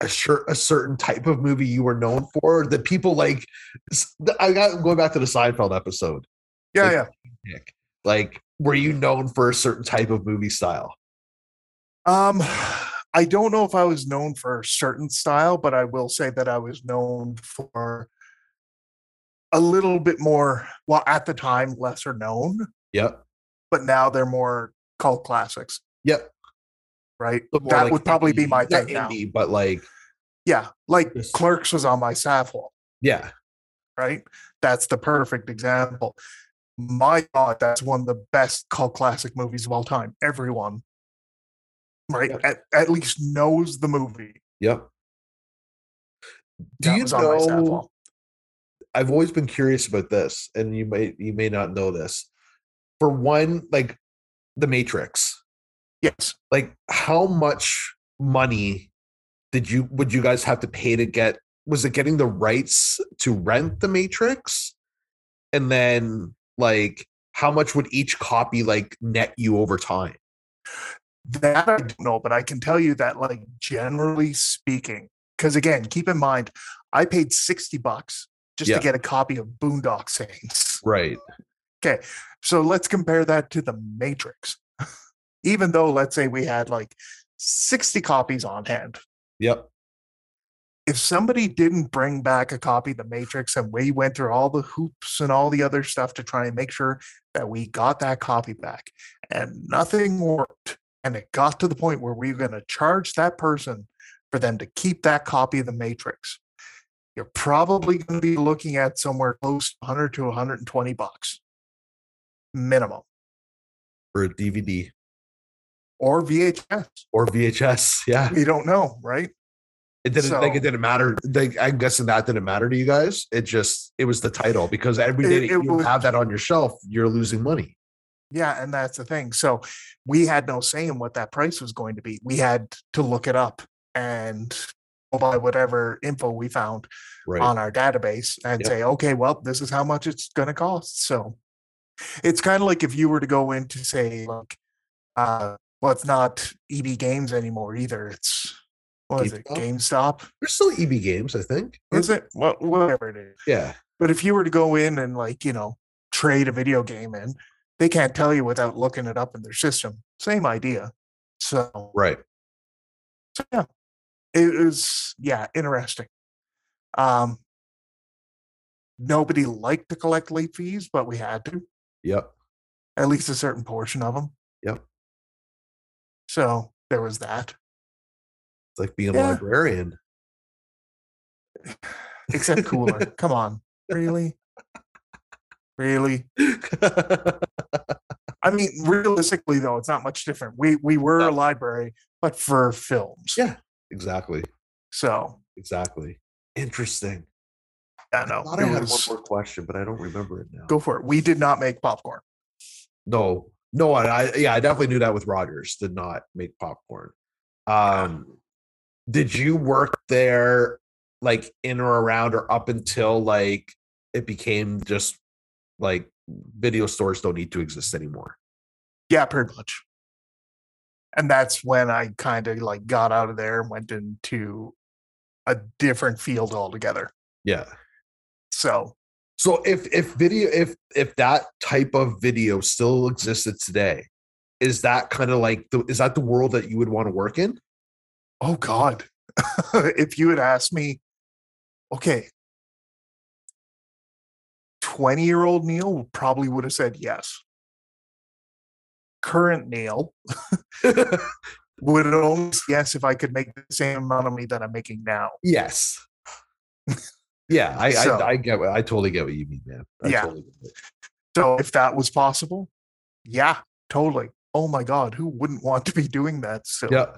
a shirt, a certain type of movie you were known for? The people like, s- the- I got going back to the Seinfeld episode. Yeah. Like- Yeah. Nick. Like, were you known for a certain type of movie style? Um, (sighs) I don't know if I was known for a certain style, but I will say that I was known for a little bit more, well, at the time, lesser known, Yep. but now they're more cult classics, Yep. right? But more that like would probably be indie- my not thing now. indie, but like, Yeah. Like Yes. Clerks was on my staff wall, yeah, right? That's the perfect example. My God, that's one of the best cult classic movies of all time. Everyone, right? Yep. At, at least knows the movie. yep. Do that you was on my staff know? wall. I've always been curious about this, and you may you may not know this. For one, like the Matrix, Yes. like how much money did you would you guys have to pay to get was it getting the rights to rent the Matrix? And then like how much would each copy like net you over time? That I don't know, but I can tell you that, like, generally speaking, because again, keep in mind, I paid 60 bucks just Yeah. to get a copy of Boondock Saints. Right. So let's compare that to the Matrix. (laughs) Even though, let's say we had like 60 copies on hand, Yep. if somebody didn't bring back a copy of the Matrix and we went through all the hoops and all the other stuff to try and make sure that we got that copy back and nothing worked, and it got to the point where we were going to charge that person for them to keep that copy of the Matrix, you're probably going to be looking at somewhere close to 100 to 120 bucks minimum For a DVD or VHS. or VHS. (laughs) Yeah. We don't know, right? It didn't like So- it didn't matter. Like I'm guessing that didn't matter to you guys. It just it was the title because every It- day that it you was- have that on your shelf, you're losing money. Yeah, and that's the thing. So we had no say in what that price was going to be. We had to look it up and go by whatever info we found Right. on our database and Yep. say, okay, well, this is how much it's going to cost. So it's kind of like if you were to go into say, like, uh, well, it's not EB Games anymore either. It's what is it? GameStop? There's still EB E games, I think. Is it? E What? Whatever it is. Yeah. But if you were to go in and like, you know, trade a video game in, they can't tell you without looking it up in their system. Same idea. So, Right. so yeah, it was, yeah, interesting. Um, nobody liked to collect late fees, but we had to, Yep. at least a certain portion of them. Yep. So there was that, It's like being a Yeah. librarian. (laughs) except (laughs) cooler. Come on. Really? Really? I mean, realistically, though, it's not much different. We we were No. a library, but for films. Yeah. exactly. So Exactly. Interesting. I know. thought it I had was- one more question, but I don't remember it now. Go for it. We did not make popcorn. No. No, I, I yeah, I definitely knew that with Rogers did not make popcorn. Um did you work there like in or around or up until like it became just like video stores don't need to exist anymore? Yeah, pretty much. And that's when I kind of like got out of there and went into a different field altogether. Yeah. So So if if video if if that type of video still existed today, is that kind of like the is that the world that you would want to work in? (laughs) Oh God. (laughs) if you had asked me, okay, 20 year old Neil probably would have said yes. Current Neil would only say yes if I could make the same amount of money that I'm making now. Yes. Yeah, I So- I, I get what I totally get what you mean, man. I Yeah. totally get it. So if that was possible, yeah, totally. Oh my God, who wouldn't want to be doing that? So yeah.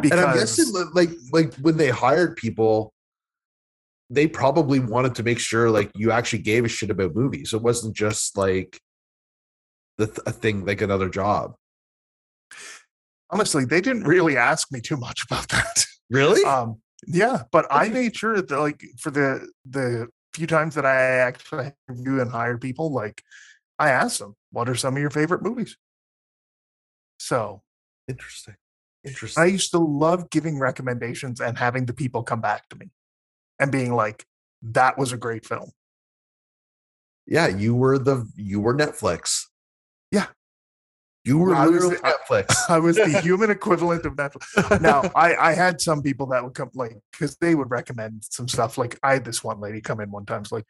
because and I'm guessing li- like like when they hired people, they probably wanted to make sure like you actually gave a shit about movies. It wasn't just like the th- a thing like another job. honestly, they didn't really ask me too much about (laughs) that. Really? Um, yeah, but (laughs) I made sure that like for the the few times that I actually had to interview and hire people, like I asked them, what are some of your favorite movies? So Interesting. I Interesting. used to love giving recommendations and having the people come back to me and being like, that was a great film. yeah, you were the you were Netflix. Yeah. You were I was literally the- I- Netflix. I was (laughs) the human equivalent of Netflix. now I, I had some people that would come like because they would recommend some stuff like i had this one lady come in one time it's like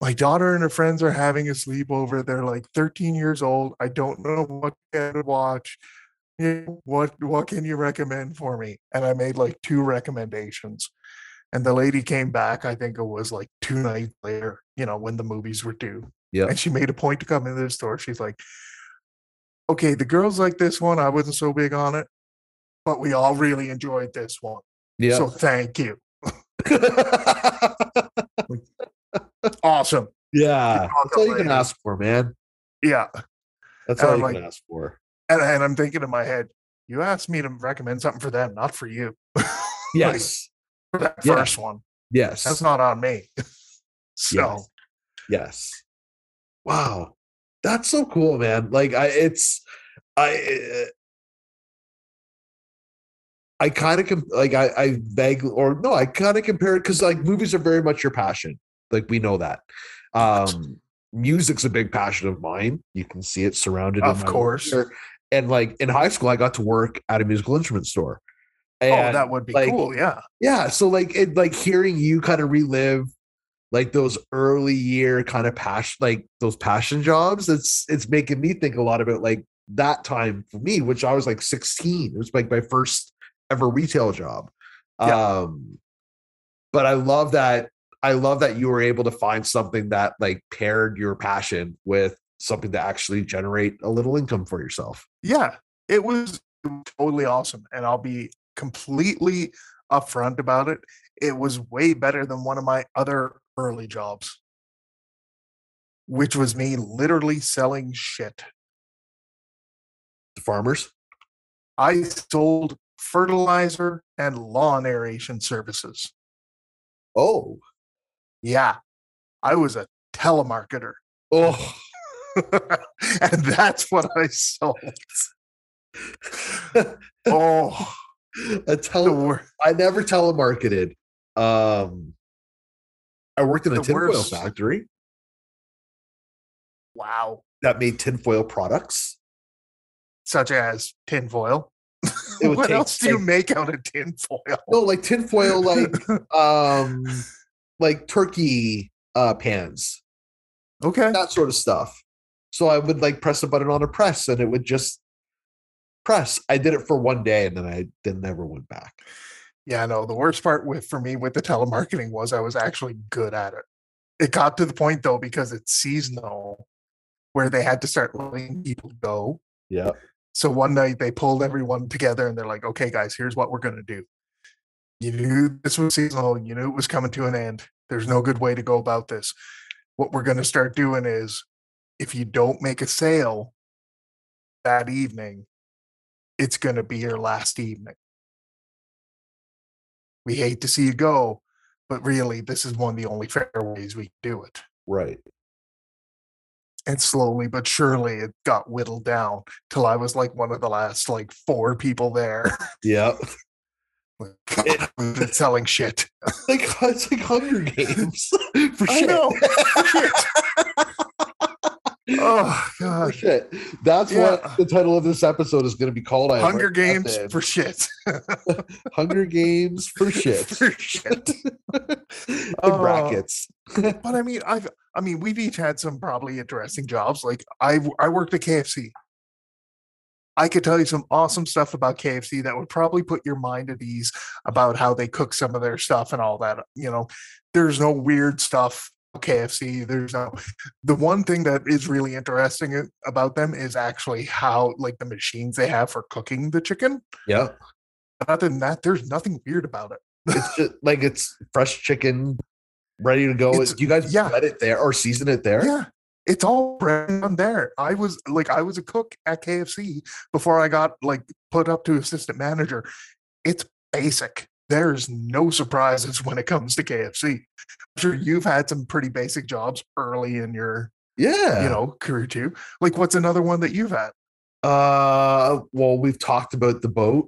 my daughter and her friends are having a sleepover they're like 13 years old i don't know what to watch You know, what what can you recommend for me and i made like two recommendations and the lady came back i think it was like two nights later you know when the movies were due Yeah. and she made a point to come into the store she's like okay the girls like this one i wasn't so big on it but we all really enjoyed this one. (laughs) yeah. (laughs) So thank you. Awesome. yeah. Talk That's all you can later. ask for, man. Yeah. And That's all I'm you like- can ask for. And, and I'm thinking in my head, you asked me to recommend something for them, not for you. (laughs) Yes. For that Yeah. first one. Yes. That's not on me. (laughs) so Yes. Wow. That's so cool, man. Like I it's I uh, I kind of comp- like I I beg or no, I kind of compare it cuz like movies are very much your passion. Like we know that. Um music's a big passion of mine. You can see it surrounded in Of my work course. here. And like in high school I got to work at a musical instrument store. oh, And that would be like, cool. Yeah. yeah so like it like hearing you kind of relive like those early year kind of passion like those passion jobs it's it's making me think a lot about like that time for me which i was like 16 it was like my first ever retail job Yeah. um but i love that i love that you were able to find something that like paired your passion with something to actually generate a little income for yourself Yeah. It was totally awesome. And I'll be completely upfront about it. It was way better than one of my other early jobs, which was me literally selling shit. the farmers I sold fertilizer and lawn aeration services. oh Yeah, I was a telemarketer. (laughs) oh (laughs) and that's what I sold. Oh, (laughs) a the, tele- wor- I never telemarketed. Um, I worked in a The tinfoil worst. factory wow. that made tinfoil products. Such as tinfoil. (laughs) It would what take- else do you take- make out of tinfoil? No, like tinfoil, like (laughs) um, like turkey uh, pans, okay. that sort of stuff. So I would like press a button on a press, and it would just press. I did it for one day, and then I then never went back. Yeah, no, the worst part with for me with the telemarketing was I was actually good at it. It got to the point though, because it's seasonal where they had to start letting people go. Yeah, So one night they pulled everyone together and they're like, okay, guys, here's what we're going to do. You knew this was seasonal. You knew it was coming to an end. There's no good way to go about this. What we're going to start doing is if you don't make a sale that evening, it's going to be your last evening. We hate to see you go, but really, this is one of the only fair ways we can do it right. and slowly but surely it got whittled (laughs) down till I was like one of the last like four people there. Yeah, Like, (laughs) they're selling shit. Like it's like Hunger Games (laughs) for I shit. know, for shit. (laughs) Oh For god. (laughs) shit. That's Yeah. what the title of this episode is going to be called. I have Hunger written that Games down. for shit. Hunger (laughs) Games for shit. for shit. (laughs) In Oh. brackets. But I mean, I've I mean, we've each had some probably interesting jobs. Like I I worked at KFC. I could tell you some awesome stuff about KFC that would probably put your mind at ease about how they cook some of their stuff and all that. You know, there's no weird stuff at KFC. There's no the one thing that is really interesting a- about them is actually how like the machines they have for cooking the chicken. Yeah. Other than that, there's nothing weird about it. It's just like it's fresh chicken ready to go. It's- you guys yeah. let it there or season it there? Yeah, it's all right on there. I was like, I was a cook at KFC before I got like put up to assistant manager. It's basic. There's no surprises when it comes to KFC. I'm sure you've had some pretty basic jobs early in your, Yeah. you know, career too. Like, what's another one that you've (laughs) had? Uh well, we've talked about the boat,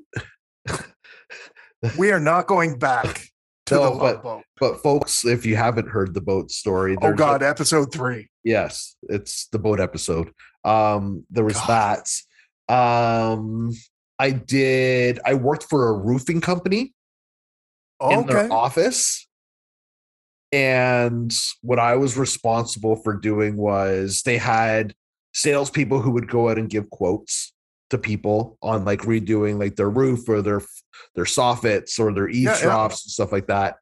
We are not going back to the No, love but- boat. but folks, if you haven't heard the boat story, Oh there's a- God, episode three. Yes, it's the boat episode. Um, there was God. that. Um, I did. I worked for a roofing company in Okay, their office, and what I was responsible for doing was they had salespeople who would go out and give quotes to people on like redoing like their roof or their their soffits or their yeah. eavesdrops and stuff like that.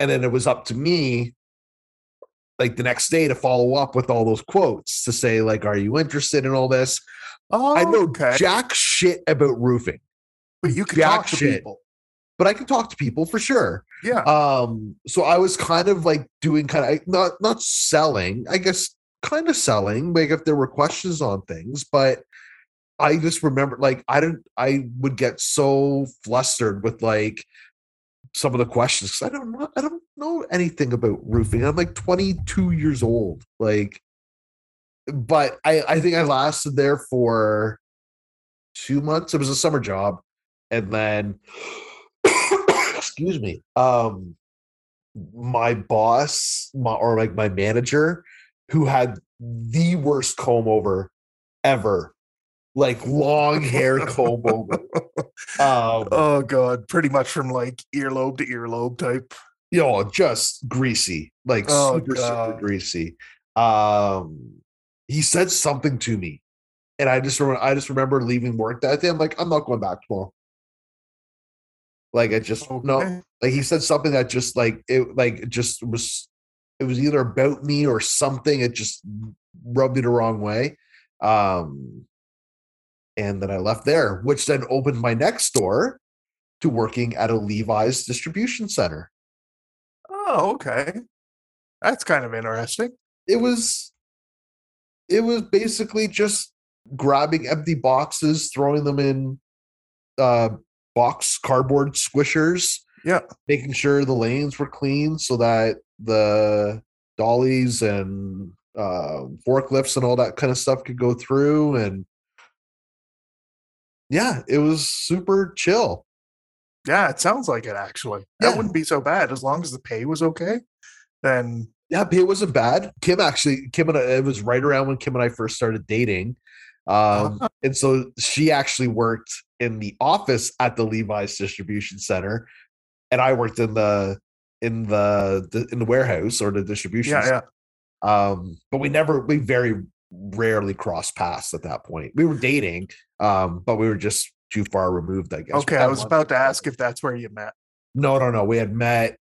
And then it was up to me like the next day to follow up with all those quotes to say like are you interested in all this? oh, I know okay. jack shit about roofing, but you can jack talk to shit. people. but I can talk to people for sure. Yeah, um so i was kind of like doing kind of not not selling i guess kind of selling like if there were questions on things but i just remember like i didn't i would get so flustered with like some of the questions 'cause i don't know i don't know anything about roofing i'm like 22 years old like but i i think i lasted there for two months it was a summer job and then (coughs) excuse me um my boss my, or like my manager who had the worst comb over ever like long hair comb over um Oh god, pretty much from like earlobe to earlobe type. you know just greasy like Oh, super super God. greasy um he said something to me and i just remember i just remember leaving work that day i'm like i'm not going back tomorrow like i just no Okay. like he said something that just like it like it just was it was either about me or something it just rubbed me the wrong way um and then i left there which then opened my next door to working at a levi's distribution center Oh, okay. That's kind of interesting. it was it was basically just grabbing empty boxes throwing them in uh box cardboard squishers Yeah. making sure the lanes were clean so that the dollies and uh, forklifts and all that kind of stuff could go through and yeah it was super chill Yeah, it sounds like it actually. That Yeah. wouldn't be so bad as long as the pay was okay. Then yeah it wasn't bad kim actually kim and I, it was right around when kim and i first started dating um Uh-huh. and so she actually worked in the office at the levi's distribution center and i worked in the in the, the in the warehouse or the distribution yeah, yeah. um but we never we very rarely crossed paths at that point we were dating um but we were just too far removed i guess Okay, I was about to ask if that's where you met. no no no we had met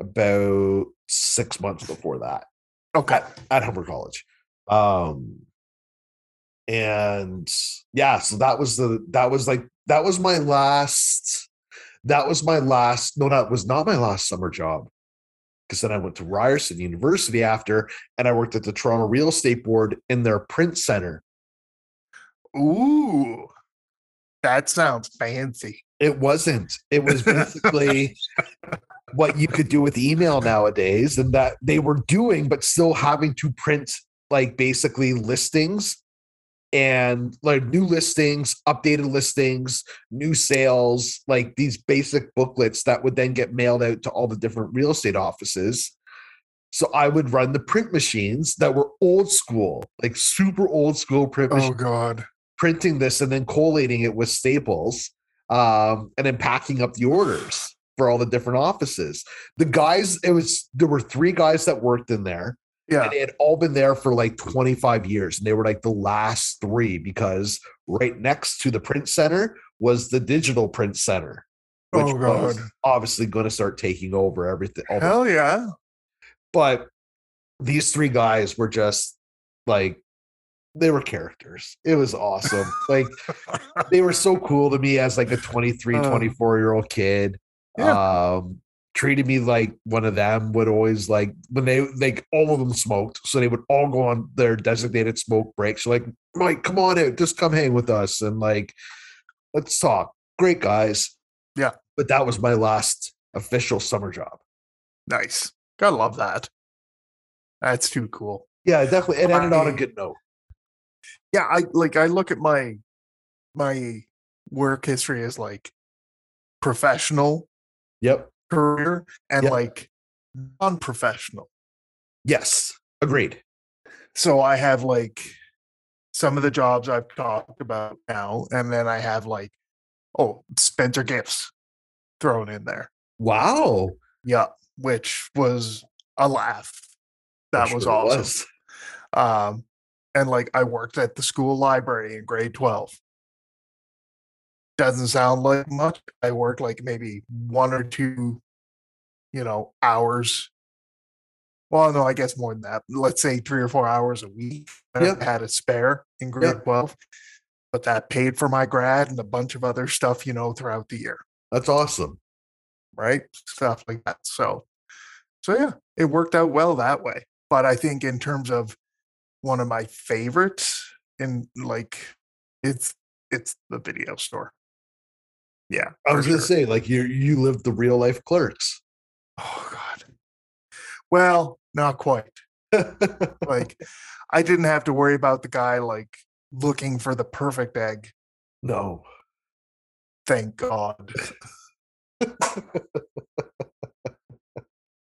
about six months before that Okay. at humber college um and yeah so that was the that was like that was my last that was my last no that was not my last summer job because then i went to ryerson university after and i worked at the toronto real estate board in their print center Ooh. That sounds fancy. it wasn't it was basically what you could do with email nowadays and that they were doing but still having to print like basically listings and like new listings, updated listings, new sales, like these basic booklets that would then get mailed out to all the different real estate offices. So I would run the print machines that were old school, like super old school print Oh machines, God. printing this and then collating it with staples um, and then packing up the orders for all the different offices. The guys, it was there were three guys that worked in there Yeah. and they had all been there for like 25 years and they were like the last three because right next to the print center was the digital print center which Oh, was God. obviously going to start taking over everything all the- Hell yeah. (laughs) but these three guys were just like they were characters it was awesome like they were so cool to me as like a 23 Uh, 24 year old kid um treated me like one of them would always like when they like all of them smoked so they would all go on their designated smoke breaks like mike come on out just come hang with us and like let's talk great guys Yeah. but that was my last official summer job Nice. Gotta love that. That's too cool. yeah definitely it ended on a I- good note yeah i like i look at my my work history as like professional yep career and Yeah. like non-professional yes agreed so i have like some of the jobs i've talked about now and then i have like oh spencer gifts thrown in there wow yeah which was a laugh that I'm was sure it awesome was. um and like i worked at the school library in grade 12 doesn't sound like much i worked like maybe one or two you know hours well no i guess more than that let's say three or four hours a week that Yep. i had a spare in grade 12 but that paid for my grad and a bunch of other stuff you know throughout the year that's awesome right? Stuff like that. So, so yeah, it worked out well that way. But I think in terms of one of my favorites, in like, it's it's the video store. Yeah, i for was gonna sure. say like you you lived the real life clerks (laughs) Oh God. Well, not quite. (laughs) Like, I didn't have to worry about the guy like looking for the perfect egg. no Thank (laughs) God.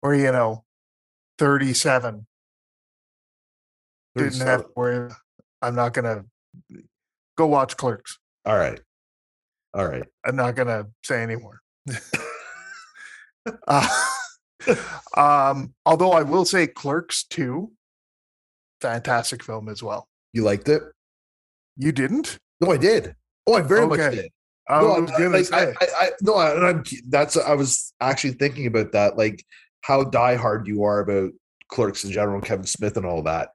or you know, thirty-seven. didn't have to worry. I'm not gonna go watch Clerks. All right. All right. I'm not gonna say (laughs) anymore. uh, (laughs) um, although I will say Clerks two, fantastic film as well. You liked it? You didn't? No, I did. Oh, I very much Okay. did. I no, was I, gonna like, I, say. I, I, no, I, and I'm, that's, I was actually thinking about that, like how diehard you are about clerks in general, Kevin Smith and all that,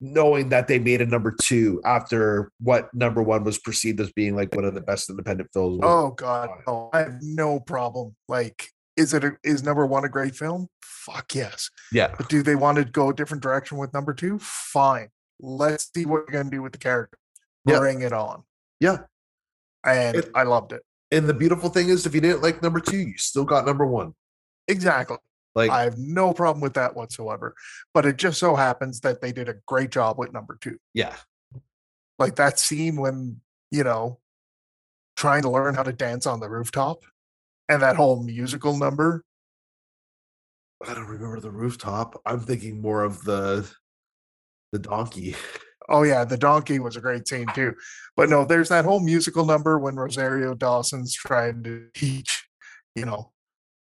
knowing that they made a number two after what number one was perceived as being like one of the best independent films. oh God, fine. no, I have no problem. Like, is it a, is number one a great film? Fuck yes. yeah. But do they want to go a different direction with number two? Fine. Let's see what you're gonna do with the character. Yeah. Bring it on. Yeah. And It- I loved it. And the beautiful thing is, if you didn't like number two, you still got number one. Exactly. Like, I have no problem with that whatsoever. But it just so happens that they did a great job with number two. yeah. Like that scene when, you know, trying to learn how to dance on the rooftop and that whole musical number. I don't remember the rooftop. I'm thinking more of the the donkey. (laughs) Oh, yeah, the donkey was a great scene too. But no, there's that whole musical number when Rosario Dawson's trying to teach, you know,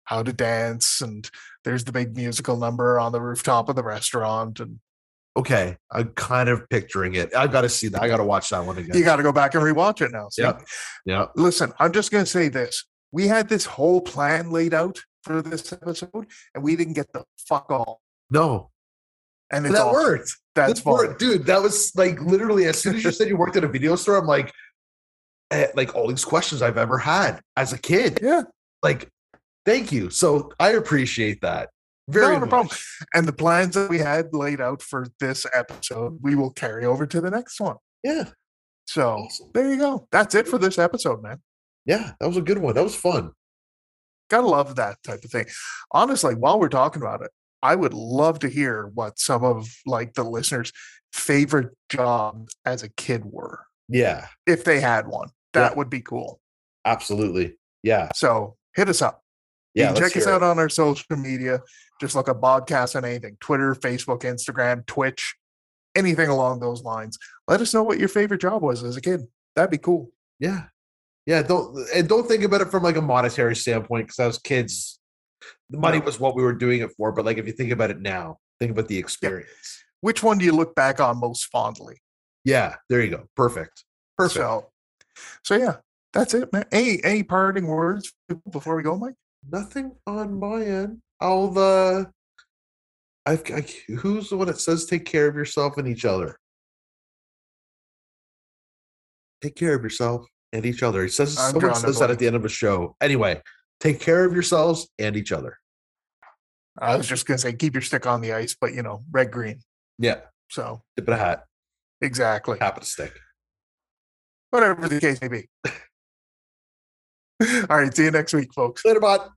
how to dance. And there's the big musical number on the rooftop of the restaurant. And Okay, I'm kind of picturing it. I got to see that. I got to watch that one (laughs) again. you got to go back and rewatch it now. see? yeah, yeah. listen, I'm just going to say this. We had this whole plan laid out for this episode, and we didn't get the fuck all. No, And that it's all worked. That's That worked. fine. dude. That was like literally as soon as you said you worked at a video store, I'm like, eh, like all these questions I've ever had as a kid. Yeah, Like, thank you. So I appreciate that. Very no much. problem. And the plans that we had laid out for this episode, we will carry over to the next one. Yeah, So Awesome. there you go. That's it for this episode, man. yeah. That was a good one. That was fun. Gotta love that type of thing. Honestly, while we're talking about it, I would love to hear what some of like the listeners' favorite jobs as a kid were. Yeah, if they had one. That Yeah. would be cool. absolutely. Yeah, So hit us up. You yeah. can let's check us hear out it. on our social media. Just look up podcast on anything Twitter, Facebook, Instagram, Twitch, anything along those lines. Let us know what your favorite job was as a kid. That'd be cool. Yeah, yeah. Don't and don't think about it from like a monetary standpoint because as kids, the money was what we were doing it for. But like if you think about it now, think about the experience. Which one do you look back on most fondly? Yeah, there you go. Perfect. Perfect. So, so yeah, that's it, man. Any any parting words before we go, Mike? Nothing on my end. I'll uh, I've I, who's the one that says take care of yourself and each other. Take care of yourself and each other. He says I'm someone drawing a says that at blank. the end of a show. Anyway, take care of yourselves and each other. I was just gonna say keep your stick on the ice, but you know, red green. Yeah, So dip it a hat, exactly. tap it a stick. Whatever the case may be. (laughs) All right, see you next week, folks. Later, bot.